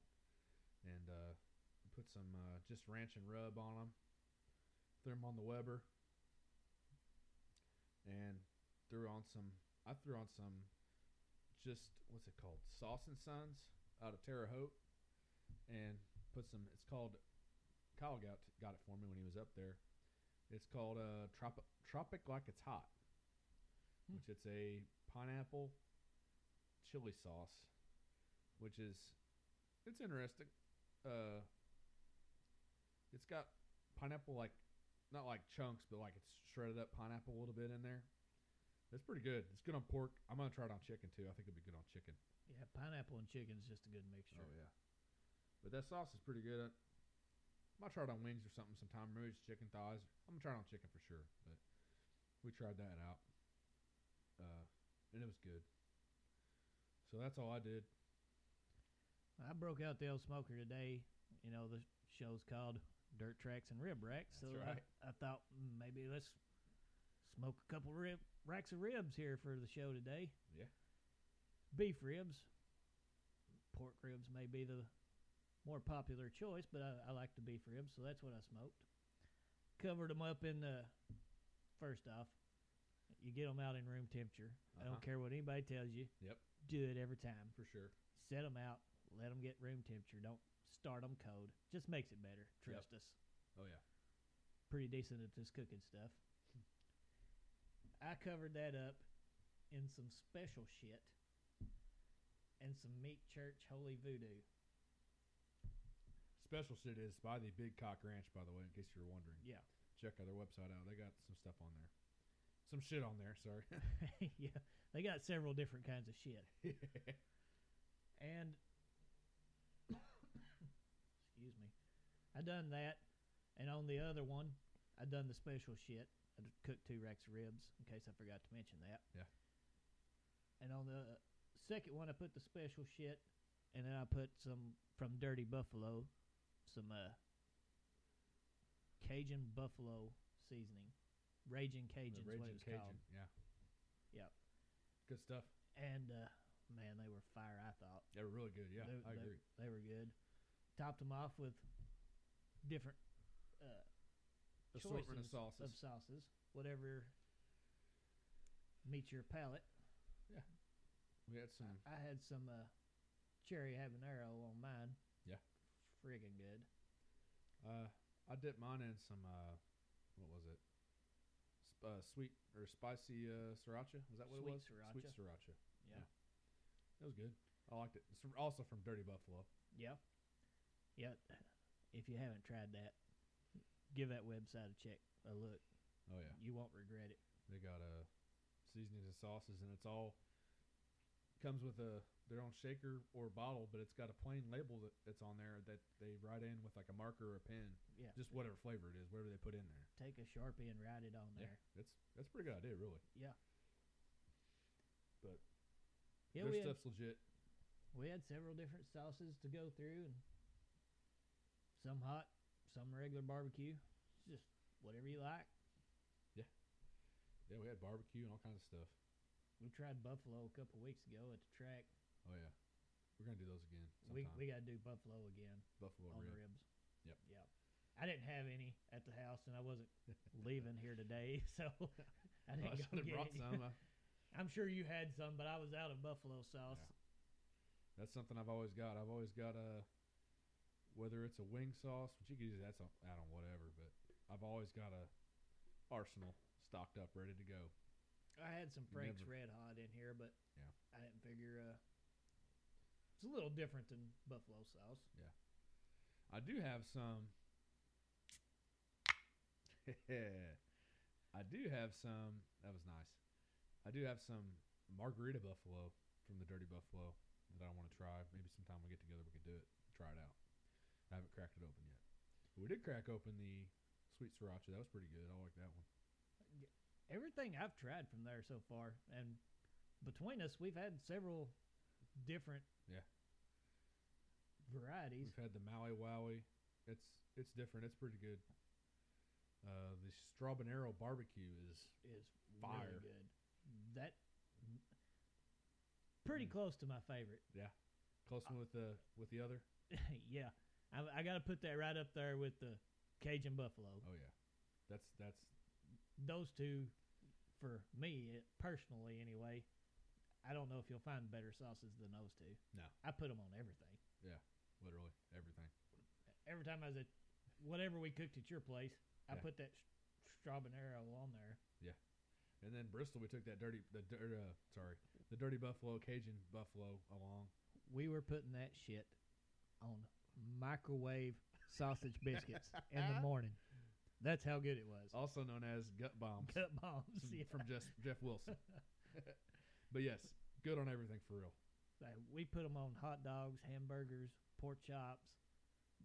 S2: and uh, put some uh, just ranch and rub on them. Threw them on the Weber, and threw on some. I threw on some, just what's it called, Sauce and Sons out of Terre Haute, and put some. It's called. Kyle got got it for me when he was up there. It's called uh, Tropic Tropic Like It's Hot
S1: Hmm.
S2: which it's a pineapple chili sauce, which is it's interesting. Uh, it's got pineapple like not like chunks, but like it's shredded up pineapple a little bit in there, It's pretty good. It's good on pork. I'm gonna try it on chicken too. I think it'd be good on chicken.
S1: Yeah, pineapple and chicken is just a good mixture.
S2: Oh yeah, but that sauce is pretty good. I might try it on wings or something sometime. Maybe it's chicken thighs. I'm gonna try it on chicken for sure. But we tried that out, uh, and it was good. So that's all I did.
S1: I broke out the old smoker today. You know, the show's called Dirt Tracks and Rib Racks. so
S2: That's right.
S1: I, I thought "Mm, maybe let's smoke a couple rib racks of ribs here for the show today.
S2: Yeah.
S1: Beef ribs. Pork ribs may be the more popular choice, but I, I like the beef ribs, so that's what I smoked. Covered them up in the. First off, you get them out in room temperature. I
S2: Uh-huh.
S1: don't care what anybody tells you.
S2: Yep.
S1: Do it every time
S2: For sure.
S1: set them out, let them get room temperature. Don't start them cold. Just makes it better.
S2: Yep.
S1: Trust us.
S2: Oh yeah.
S1: Pretty decent at this cooking stuff. I covered that up in some special shit and some meat church holy voodoo. [laughs]
S2: Special shit is by the Big Cock Ranch, by the way, in case you were wondering.
S1: Yeah.
S2: Check out their website out. They got some stuff on there. Some shit on there. Sorry. [laughs]
S1: yeah, they got several different kinds of shit. And excuse me, I done that, and on the other one, I done the special shit. I d- cooked two racks of ribs, in case I forgot to mention that.
S2: Yeah.
S1: And on the second one, I put the special shit, and then I put some from Dirty Buffalo, some uh, Cajun Buffalo seasoning, Raging Cajun,
S2: The
S1: is what
S2: Raging
S1: it was called.
S2: Yeah.
S1: Yep.
S2: Good stuff.
S1: And uh, man, they were fire. I thought.
S2: They were really good. Yeah,
S1: they,
S2: I
S1: they-
S2: agree.
S1: They were good. Topped them off with different uh,
S2: Assortment of
S1: choices
S2: sauces.
S1: of sauces, whatever meets your palate.
S2: we had some.
S1: I had some uh, cherry habanero on mine.
S2: Yeah.
S1: friggin' good.
S2: Uh, I dipped mine in some. Uh, what was it? Sp- uh, sweet or spicy uh, sriracha? Is that what
S1: Sweet
S2: it was?
S1: sriracha.
S2: Sweet sriracha.
S1: Yeah.
S2: It was good. I liked it. It's fr- also from Dirty Buffalo.
S1: yeah, yeah, If you haven't tried that, give that website a check, a look.
S2: Oh yeah.
S1: You won't regret it.
S2: They got uh, seasonings and sauces, and it's all comes with a their own shaker or bottle, but it's got a plain label that, that's on there that they write in with like a marker or a pen.
S1: Yeah.
S2: Just whatever flavor it is, whatever they put in there.
S1: Take a sharpie and write it on
S2: Yeah,
S1: there.
S2: that's that's a pretty good idea, really.
S1: Yeah,
S2: Their
S1: we had
S2: stuff's legit.
S1: we had several different sauces to go through and some hot some regular barbecue It's just whatever you like
S2: Yeah, we had barbecue and all kinds of stuff.
S1: we tried buffalo a couple weeks ago at the track
S2: Oh yeah, we're gonna do those again
S1: we,
S2: sometime.
S1: we gotta do buffalo again
S2: Buffalo
S1: on the
S2: rib.
S1: ribs
S2: Yep.
S1: yeah i didn't have any at the house and i
S2: [laughs]
S1: wasn't leaving here today [laughs] so i
S2: Oh, [laughs] I
S1: didn't go
S2: should've
S1: get
S2: brought
S1: any.
S2: some.
S1: [laughs]
S2: I-
S1: i'm sure you had some but i was out of buffalo sauce
S2: that's something I've always got. I've always got a whether it's a wing sauce, which you could use that's on, out on whatever, but I've always got a arsenal stocked up, ready to go.
S1: I had some
S2: You
S1: Frank's
S2: never-
S1: Red Hot in here, but
S2: Yeah.
S1: I didn't figure uh, it's a little different than buffalo sauce.
S2: I do have some. [laughs] I do have some. That was nice. I do have some margarita buffalo from the Dirty Buffalo that I want to try. Maybe sometime we get together, we could do it, try it out. I haven't cracked it open yet. But we did crack open the sweet sriracha. That was pretty good. I like that one.
S1: Everything I've tried from there so far, and between us, we've had several different
S2: Yeah.
S1: varieties.
S2: We've had the Maui Wowie. It's it's different. It's pretty good. Uh, the Strabanero barbecue is
S1: Is
S2: Fire.
S1: really good. That pretty
S2: Mm.
S1: close to my favorite. [laughs]
S2: close one with the with the other.
S1: yeah, I, I got to put that right up there with the Cajun Buffalo.
S2: Oh yeah, that's that's
S1: those two, for me it, personally anyway, I don't know if you'll find better sauces than those two.
S2: No.
S1: I put them on everything.
S2: literally everything.
S1: Every time I was at whatever we cooked at your place, I
S2: Yeah.
S1: put that sh- strabanero on there.
S2: And then Bristol, we took that dirty, the dir- uh, sorry, the dirty buffalo, Cajun buffalo along.
S1: We were putting that shit [laughs] on microwave sausage biscuits in the morning. That's how good it [laughs] was. Mm.
S2: also known as gut bombs
S1: Gut bombs.
S2: from-
S1: Yeah.
S2: from Jeff, Jeff Wilson.
S1: [laughs]
S2: but yes, good on everything for real.
S1: Like, we put them on hot dogs, hamburgers, pork chops,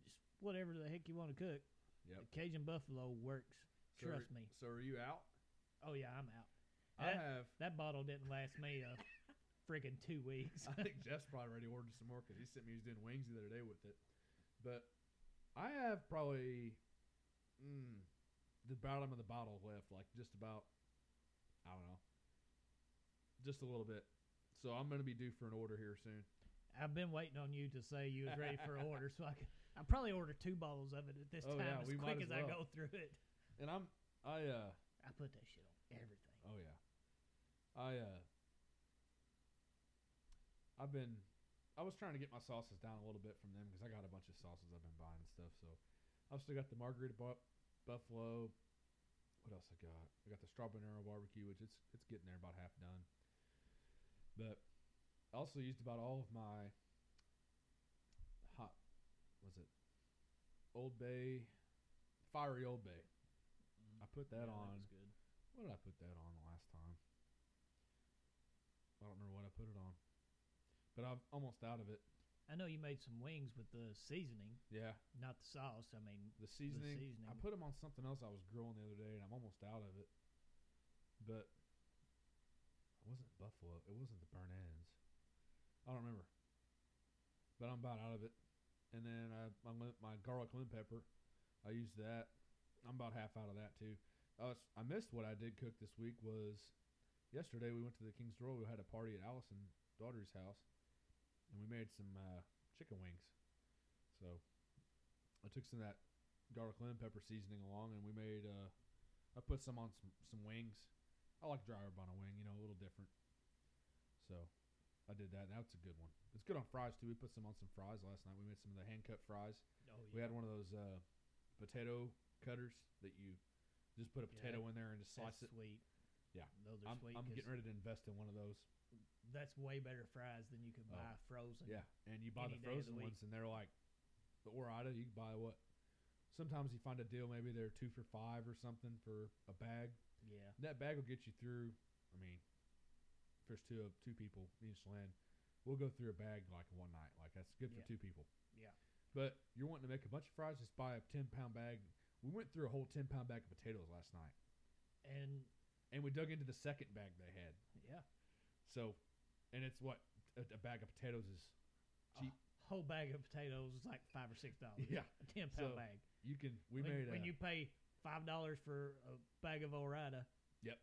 S1: just whatever the heck you want to cook.
S2: Yep.
S1: The Cajun buffalo works.
S2: So are-
S1: Trust me.
S2: So are you out?
S1: Oh yeah, I'm out.
S2: I
S1: That-
S2: have.
S1: That bottle didn't last me [laughs] a freaking two
S2: [laughs]
S1: [laughs] weeks.
S2: I think Jeff's probably already ordered some more because he sent me he was doing wings the other day with it. But I have probably mm, the bottom of the bottle left, like just about. I don't know. Just a little bit. So I'm going to be due for an order here soon.
S1: I've been waiting on you to say you was ready for an order, so I could, I probably order two bottles of it at this
S2: Oh,
S1: time
S2: yeah,
S1: as
S2: we might
S1: quick
S2: as
S1: as, I
S2: well.
S1: go through it.
S2: And I'm I uh
S1: I put that shit on everything.
S2: Oh yeah. I uh I've been I was trying to get my sauces down a little bit from them because I got a bunch of sauces I've been buying and stuff. So I've still got the margarita bu- buffalo. What else I got? I got the strawberry barbecue, which it's it's getting there about half done. But I also used about all of my hot was it Old Bay fiery Old Bay. I put that on
S1: was good.
S2: what did I put that on the last time? I don't remember what I put it on. But I'm almost out of it.
S1: I know you made some wings with the seasoning,
S2: Yeah.
S1: not the sauce. I mean,
S2: The seasoning. I
S1: seasoning.
S2: put them on something else I was grilling the other day, and I'm almost out of it. But it wasn't buffalo. It wasn't the burnt ends. I don't remember. But I'm about out of it. And then I, my, lim- my garlic lemon pepper, I used that. I'm about half out of that too. I, was, I missed what I did cook this week was yesterday we went to the King's Royal. We had a party at Allison's daughter's house, and we made some uh, chicken wings. So I took some of that garlic lemon pepper seasoning along, and we made. Uh, I put some on some, some wings. I like dry herb on a wing, you know, a little different. So I did that. and That's a good one. It's good on fries too. We put some on some fries last night. We made some of the hand cut fries.
S1: oh,
S2: We had one of those uh, potato cutters that you just put a
S1: Yeah,
S2: potato in there and just slice
S1: that's
S2: it.
S1: sweet.
S2: Yeah.
S1: those are
S2: I'm,
S1: sweet.
S2: I'm
S1: 'cause
S2: getting ready to invest in one of those.
S1: That's way better fries than you could
S2: Oh,
S1: buy frozen.
S2: Yeah, and you buy
S1: Any
S2: the
S1: day of the
S2: frozen
S1: week.
S2: ones, and they're like the Orada. You can buy what? Sometimes you find a deal. Maybe they're two for five or something for a bag.
S1: yeah.
S2: That bag will get you through. I mean, if there's two of two people each land. We'll go through a bag like in one night. Like that's good for
S1: Yeah.
S2: two people.
S1: Yeah.
S2: But you're wanting to make a bunch of fries, just buy a ten pound bag. We went through a whole ten pound bag of potatoes last night,
S1: And
S2: and we dug into the second bag they had.
S1: yeah,
S2: So, and it's what a, a bag of potatoes is. Cheap.
S1: a whole bag of potatoes is like five or six dollars.
S2: [laughs] Yeah,
S1: a ten pound
S2: So,
S1: bag.
S2: you can. We
S1: Oh, when,
S2: made
S1: when
S2: a,
S1: you pay five dollars for a bag of Orida.
S2: Yep.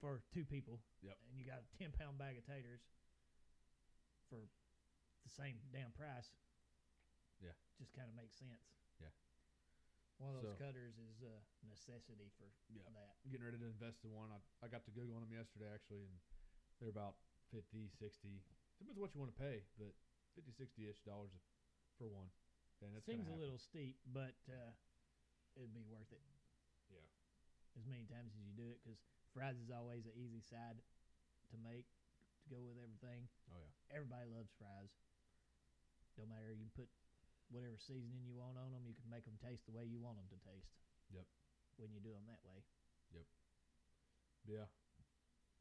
S1: For two people.
S2: Yep.
S1: And you got a ten pound bag of taters for the same damn price.
S2: Yeah.
S1: Just kind of makes sense.
S2: Yeah.
S1: One of those
S2: So-
S1: cutters is a necessity for
S2: Yep.
S1: that.
S2: getting ready to invest in one. I, I got to Google on them yesterday, actually, and they're about 50, 60. Depends what you want to pay, but 50, 60 ish dollars for one. And that's gonna
S1: Seems a
S2: happen.
S1: little steep, but uh, it'd be worth it.
S2: Yeah.
S1: As many times as you do it, because fries is always an easy side to make to go with everything.
S2: Oh, yeah.
S1: everybody loves fries. No matter you put whatever seasoning you want on them, you can make them taste the way you want them to taste.
S2: Yep.
S1: When you do them that way.
S2: Yeah.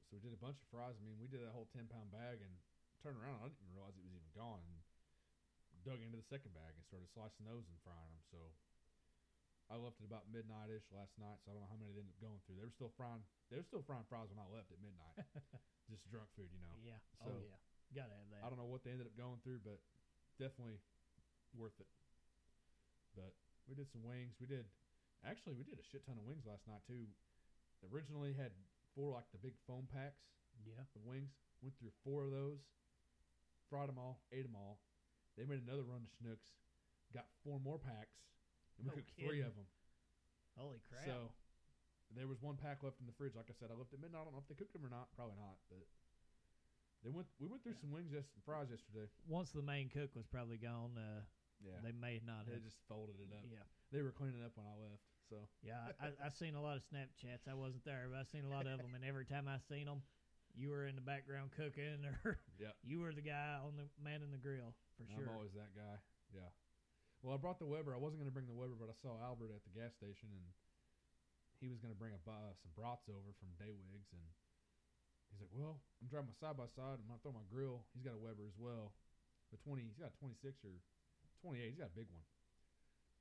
S2: So we did a bunch of fries. I mean, we did that whole 10 pound bag and turned around. I didn't even realize it was even gone. And dug into the second bag and started slicing those and frying them. So I left at about midnight ish last night. So I don't know how many they ended up going through. They were still frying. They were still frying fries when I left at midnight.
S1: [laughs]
S2: Just drunk food, you know.
S1: Yeah. oh
S2: So-
S1: yeah. Gotta have that.
S2: I don't know what they ended up going through, but definitely worth it. But we did some wings. We did actually we did a shit ton of wings last night too. Originally had four like the big foam packs
S1: yeah.
S2: of wings. Went through four of those, fried them all, ate them all. They made another run to Schnucks, got four more packs, and we
S1: No
S2: cooked three
S1: kidding.
S2: of them.
S1: Holy crap.
S2: So there was one pack left in the fridge. Like I said, I left at midnight. I don't know if they cooked them or not. Probably not. But they went. We went through
S1: Yeah.
S2: some wings yes, fries yesterday.
S1: once the main cook was probably gone, uh,
S2: Yeah.
S1: they may not
S2: They
S1: have.
S2: just folded it up.
S1: yeah.
S2: They were cleaning up when I left. So
S1: Yeah. I, I seen a lot of Snapchats. I wasn't there, but I seen a lot of them. And every time I seen them, you were in the background cooking, or [laughs]
S2: Yeah.
S1: you were the guy on the man in the grill for sure.
S2: I'm always that guy. Yeah. Well, I brought the Weber. I wasn't going to bring the Weber, but I saw Albert at the gas station, and he was going to bring a, bo- uh, some brats over from Daywigs, and he's like, "Well, I'm driving my side by side. I'm going to throw my grill. He's got a Weber as well, a 20. He's got a 26 or 28. He's got a big one."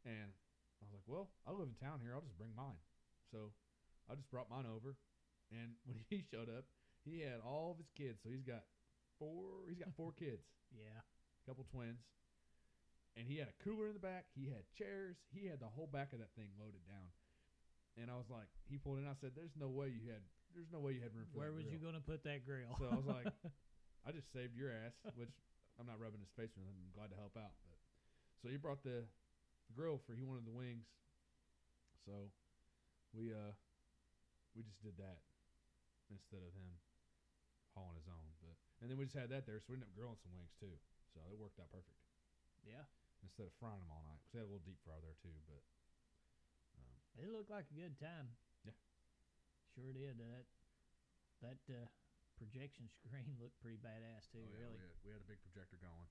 S2: And I was like, "Well, I live in town here. I'll just bring mine." So I just brought mine over, and [laughs] when he showed up, he had all of his kids. So he's got four. He's got four kids
S1: Yeah.
S2: couple twins, and he had a cooler in the back. He had chairs. He had the whole back of that thing loaded down. And I was like, he pulled in. I said, "There's no way you had. There's no way you had room for."
S1: Where
S2: that
S1: was you
S2: grill."
S1: going to put that grill?
S2: So I was like, I just saved your ass, which I'm not rubbing his face with. I'm glad to help out. But so he brought the grill for he wanted the wings. So we uh we just did that instead of him hauling his own. But and then we just had that there, so we ended up grilling some wings too. So it worked out perfect
S1: [laughs] yeah.
S2: instead of frying them all night. 'Cause they had a little deep fryer there too. But um,
S1: It looked like a good time.
S2: Yeah.
S1: Sure did. Uh, that that uh, projection [laughs] screen looked pretty badass too.
S2: oh, yeah,
S1: really.
S2: we had, we had a big projector going,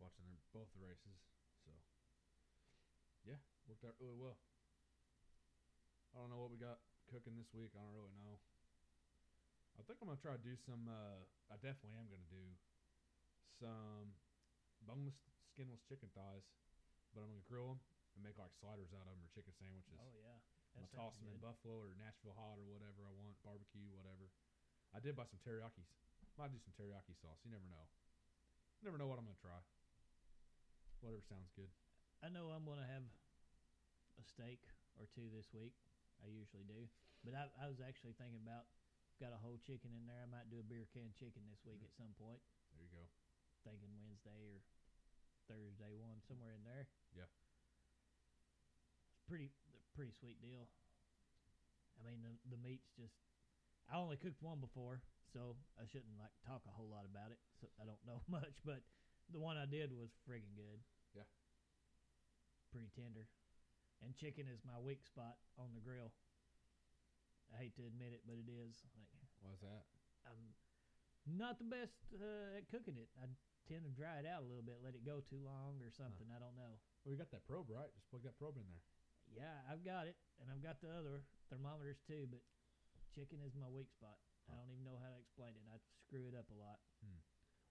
S2: watching their, both the races. So yeah, worked out really well. I don't know what we got cooking this week. I don't really know. I think I'm gonna try to do some. Uh, I definitely am gonna do some boneless, skinless chicken thighs, but I'm gonna grill them and make like sliders out of them or chicken sandwiches.
S1: Oh yeah.
S2: I'm
S1: That
S2: gonna toss
S1: sounds
S2: them in
S1: good.
S2: Buffalo or Nashville hot or whatever I want, barbecue, whatever. I did buy some teriyakis. Might do some teriyaki sauce. You never know. You never know what I'm gonna try. Whatever sounds good.
S1: I know I'm gonna have a steak or two this week. I usually do, but I, I was actually thinking about got a whole chicken in there. I might do a beer can chicken this week
S2: Mm-hmm.
S1: at some point.
S2: There you go.
S1: Thinking Wednesday or Thursday one somewhere in there.
S2: Yeah.
S1: It's pretty pretty sweet deal. I mean the the meat's just. I only cooked one before, so I shouldn't like talk a whole lot about it. So I don't know [laughs] much, but the one I did was friggin' good.
S2: Yeah.
S1: Pretty tender. And chicken is my weak spot on the grill. I hate to admit it, but it is. Like
S2: What's that?
S1: I'm um, not the best uh, at cooking it. I tend to dry it out a little bit, let it go too long
S2: Uh-huh.
S1: or something. I don't know.
S2: Well, you got that probe, right? Just plug that probe in there.
S1: Yeah, I've got it, and I've got the other thermometers too, but chicken is my weak spot. I
S2: Huh.
S1: don't even know how to explain it. I screw it up a lot.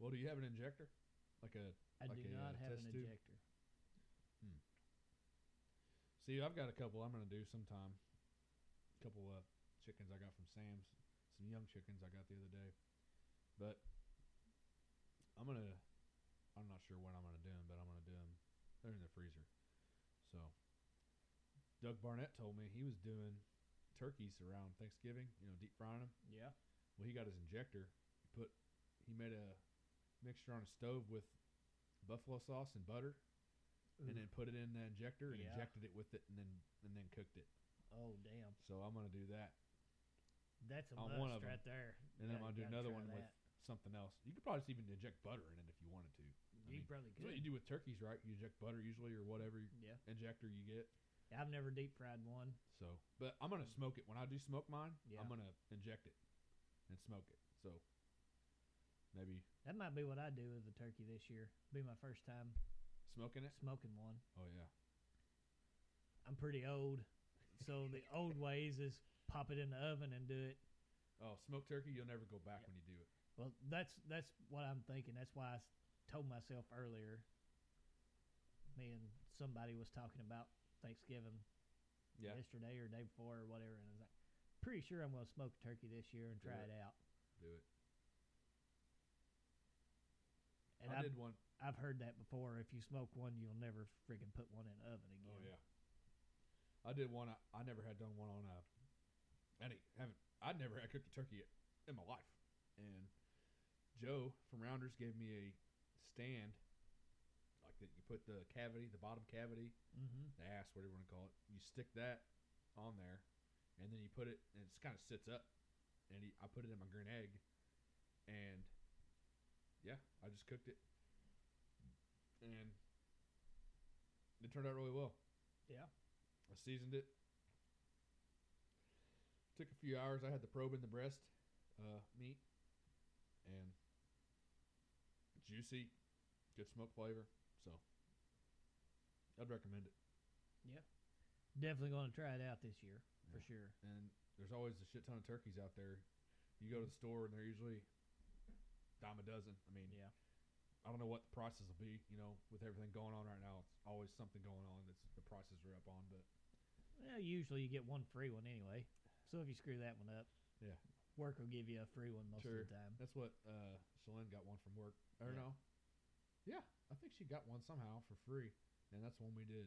S2: Well, do you have an injector? Like a
S1: I
S2: Like
S1: do
S2: a,
S1: not
S2: uh,
S1: have an
S2: test tube?
S1: ejector.
S2: See, I've got a couple I'm gonna do sometime. A couple of chickens I got from Sam's, some young chickens I got the other day. But I'm gonna, I'm not sure when I'm gonna do them, but I'm gonna do them. They're in the freezer. So Doug Barnett told me he was doing turkeys around Thanksgiving, you know, deep frying them.
S1: Yeah.
S2: Well, he got his injector. He put he made a mixture on a stove with buffalo sauce and butter,
S1: Ooh.
S2: and then put it in the injector and
S1: Mm. Yeah.
S2: injected it with it, and then and then cooked it.
S1: Oh damn,
S2: So I'm gonna do that,
S1: that's a
S2: On
S1: must
S2: one of 'em.
S1: right there.
S2: and then I'm
S1: Gotta-
S2: gonna do
S1: gotta
S2: another
S1: try
S2: one with
S1: that.
S2: something else. You could probably just even inject butter in it if you wanted to. I
S1: You
S2: mean,
S1: probably
S2: That's what
S1: could.
S2: you do with turkeys, right? You inject butter usually or whatever
S1: Yeah.
S2: injector you get.
S1: I've never deep fried one.
S2: So, but I'm gonna smoke it when I do smoke mine.
S1: Yeah.
S2: I'm gonna inject it and smoke it. So maybe
S1: That might be what I do with a turkey this year. Be my first time
S2: smoking it.
S1: smoking one.
S2: Oh yeah.
S1: I'm pretty old, so the old ways is pop it in the oven and do it.
S2: Oh, smoked turkey, you'll never go back
S1: Yeah.
S2: when you do it.
S1: Well, that's that's what I'm thinking. That's why I s- told myself earlier. Me and somebody was talking about Thanksgiving
S2: Yeah.
S1: yesterday or day before or whatever, and I was like, pretty sure I'm gonna smoke a turkey this year and
S2: Do
S1: try
S2: it.
S1: it out.
S2: Do it.
S1: And
S2: I
S1: I've,
S2: did one.
S1: I've heard that before. If you smoke one, you'll never friggin' put one in the oven again.
S2: Oh yeah. I did one. I, I never had done one on a. I didn't- haven't. I'd never had cooked a turkey in my life, and Joe from Rounders gave me a stand, like that. You put the cavity, the bottom cavity,
S1: Mm-hmm.
S2: the ass, whatever you want to call it. You stick that on there, and then you put it, and it kind of sits up. And he, I put it in my green egg, and yeah, I just cooked it, and it turned out really well.
S1: Yeah.
S2: I seasoned it. Took a few hours. I had the probe in the breast uh, meat, and juicy, good smoke flavor. So I'd recommend it.
S1: Definitely going to try it out this year for
S2: Yeah.
S1: sure.
S2: And there's always a shit ton of turkeys out there. You go to the store and they're usually dime a dozen. I mean,
S1: Yeah.
S2: I don't know what the prices will be. You know, with everything going on right now, it's always something going on that's the prices are up on. But
S1: Well, usually you get one free one anyway. So if you screw that one up,
S2: Yeah.
S1: work will give you a free one most
S2: Sure.
S1: of the time.
S2: that's what uh, Shalyn got one from work. I don't
S1: Yeah.
S2: know. Yeah, I think she got one somehow for free, and that's one we did.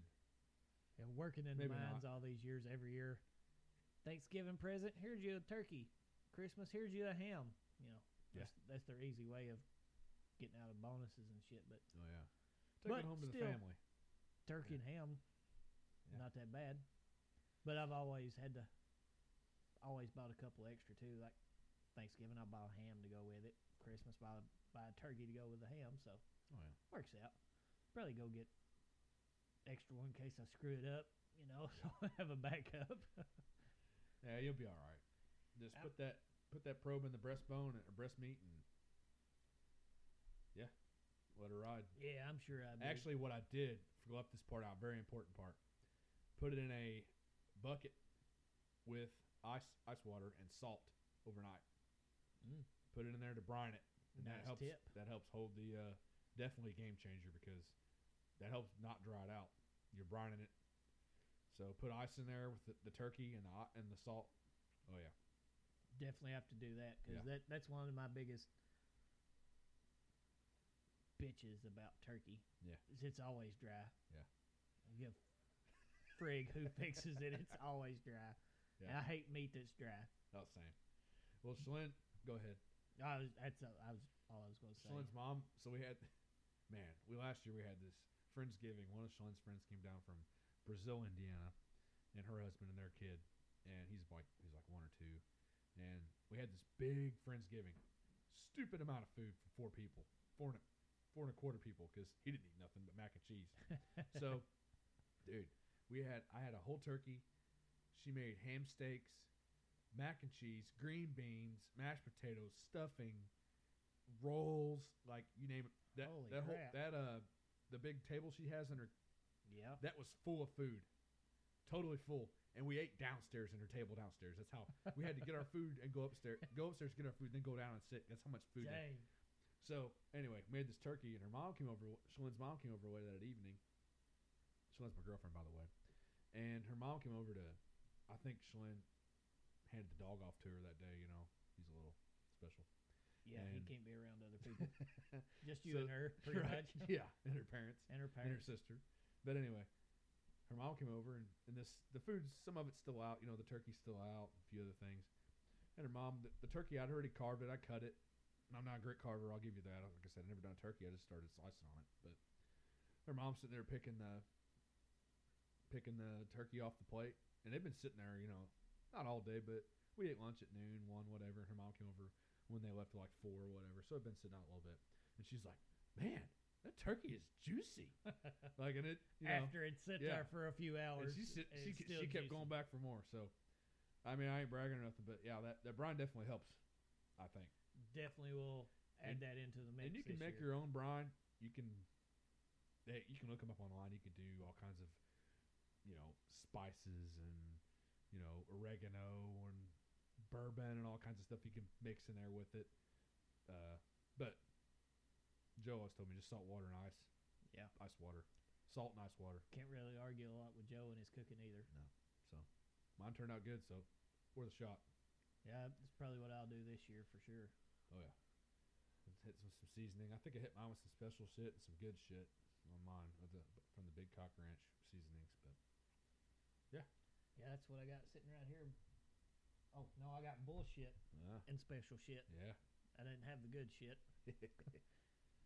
S1: And working in
S2: Maybe
S1: the mines
S2: not.
S1: all these years, every year, Thanksgiving present, here's you a turkey. Christmas, here's you a ham. You know,
S2: Yeah.
S1: that's, that's their easy way of getting out of bonuses and shit. But
S2: Oh yeah, take
S1: But
S2: it home to
S1: still-
S2: the family.
S1: turkey and ham,
S2: Yeah.
S1: not that bad. But I've always had to, always bought a couple extra too. Like Thanksgiving, I buy a ham to go with it. Christmas, buy buy a turkey to go with the ham. So
S2: Oh yeah.
S1: works out. Probably go get extra one in case I screw it up. You know, [laughs] so I have a backup.
S2: Yeah, you'll be all right. Just
S1: Ow.
S2: put that put that probe in the breastbone and or breast meat, and yeah, let her ride.
S1: yeah, I'm sure I do.
S2: Actually, what I did I left this part out. Very important part. Put it in a bucket with ice ice water and salt overnight.
S1: Mm.
S2: Put it in there to brine it, and that
S1: Nice
S2: helps.
S1: tip.
S2: That helps hold the uh, definitely game changer because that helps not dry it out. You're brining it, so put ice in there with the, the turkey and the i- and the salt. Oh yeah.
S1: definitely have to do that because
S2: Yeah.
S1: that that's one of my biggest bitches about turkey.
S2: Yeah.
S1: is it's always dry.
S2: Yeah.
S1: I give frig who fixes it. It's always dry. And
S2: Yeah.
S1: I hate meat that's dry.
S2: Not the same. Well, Shalyn, go ahead.
S1: I was that's a, I was all I was going to say.
S2: Shalyn's mom. So we had, man, we last year we had this friendsgiving. One of Shalyn's friends came down from Brazil, Indiana, and her husband and their kid, and he's like he's like one or two, and we had this big friendsgiving, stupid amount of food for four people, four and a, four and a quarter people, because he didn't eat nothing but mac and
S1: [laughs]
S2: cheese. so, dude, we had I had a whole turkey. She made ham steaks, mac and cheese, green beans, mashed potatoes, stuffing, rolls, like you name it. That
S1: Holy
S2: that
S1: crap.
S2: that uh the big table she has in her
S1: yeah,
S2: that was full of food, totally full. And we ate downstairs in her table downstairs. That's how we had to get our food and go upstairs, go upstairs, get our food, then go down and sit. That's how much food. they-
S1: dang.
S2: so anyway, made this turkey, and her mom came over. Shalene's mom came over later that evening. Shalene's my girlfriend, by the way, and her mom came over to. I think Shalene handed the dog off to her that day. You know, he's a little special.
S1: Yeah, he
S2: And-
S1: can't be around other people.
S2: [laughs]
S1: Just you
S2: So-
S1: and
S2: [laughs]
S1: her, pretty
S2: Right?
S1: much,
S2: yeah, and her parents,
S1: and her
S2: and her
S1: parents.
S2: sister. But anyway, her mom came over, and, and this the food, some of it's still out. You know, the turkey's still out, a few other things. And her mom, the, the turkey, I'd already carved it. I cut it. And I'm not a great carver. I'll give you that. Like I said, I've never done a turkey. I just started slicing on it. But her mom's sitting there picking the picking the turkey off the plate, and they've been sitting there, you know, not all day, but we ate lunch at noon, one, whatever. And her mom came over when they left at like four or whatever, so I've been sitting out a little bit. And she's like, "Man, that turkey is
S1: [laughs]
S2: juicy." like, and it, you know,
S1: After it sits
S2: yeah.
S1: there for a few
S2: and
S1: hours,
S2: she sit,
S1: and
S2: she,
S1: it's
S2: ke-
S1: still
S2: she kept
S1: juicy.
S2: going back for more. So, I mean, I ain't bragging or nothing, but yeah, that that brine definitely helps. I think,
S1: Definitely will add
S2: And-
S1: that into the mix.
S2: and you can
S1: this
S2: make
S1: year.
S2: your own brine. You can, they, you can look them up online. You can do all kinds of, you know, spices and you know oregano and bourbon and all kinds of stuff you can mix in there with it. Uh, but Joe always told me just salt water and ice.
S1: Yeah.
S2: ice water, salt and ice water.
S1: Can't really argue a lot with Joe and his cooking either.
S2: So mine turned out good. So worth a shot.
S1: Yeah, that's probably what I'll do this year for sure.
S2: Oh yeah. Let's hit some, some seasoning. I think I hit mine with some special shit and some good shit on mine with the, from the Big Cock Ranch seasonings. But
S1: Yeah, that's what I got sitting right here. Oh no, I got bullshit
S2: uh,
S1: and special shit.
S2: yeah,
S1: I didn't have the good
S2: [laughs]
S1: shit.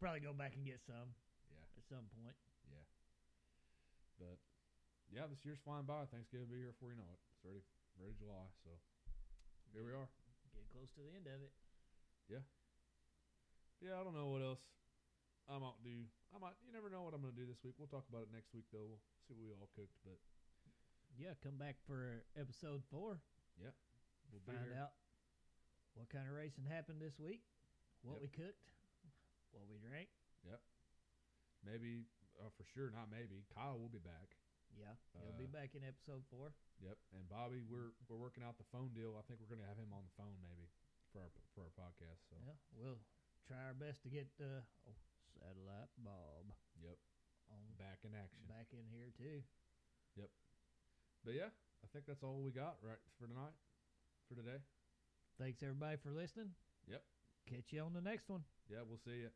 S1: Probably go back and get some.
S2: Yeah.
S1: At some point.
S2: yeah. But yeah, this year's flying by. Thanksgiving will be here before you know it. It's already already July, so here we are.
S1: Get close to the end of it.
S2: Yeah, I don't know what else I might do. I might. You never know what I'm gonna do this week. We'll talk about it next week though. We'll see what we all cooked, but
S1: Yeah, come back for episode four.
S2: we'll be
S1: Find
S2: here.
S1: out what kind of racing happened this week, what
S2: Yep.
S1: we cooked, what we drank.
S2: Maybe uh, for sure, not maybe. Kyle will be back.
S1: Yeah, he'll be
S2: Uh,
S1: back in episode four.
S2: Yep. And Bobby, we're we're working out the phone deal. I think we're gonna have him on the phone maybe for our for our podcast. So
S1: Yeah, we'll try our best to get uh, oh, satellite Bob
S2: yep,
S1: on
S2: back in action.
S1: back in here too.
S2: But yeah, I think that's all we got right for tonight, for today.
S1: Thanks everybody for listening.
S2: Yep.
S1: Catch you on the next one.
S2: Yeah, we'll see you.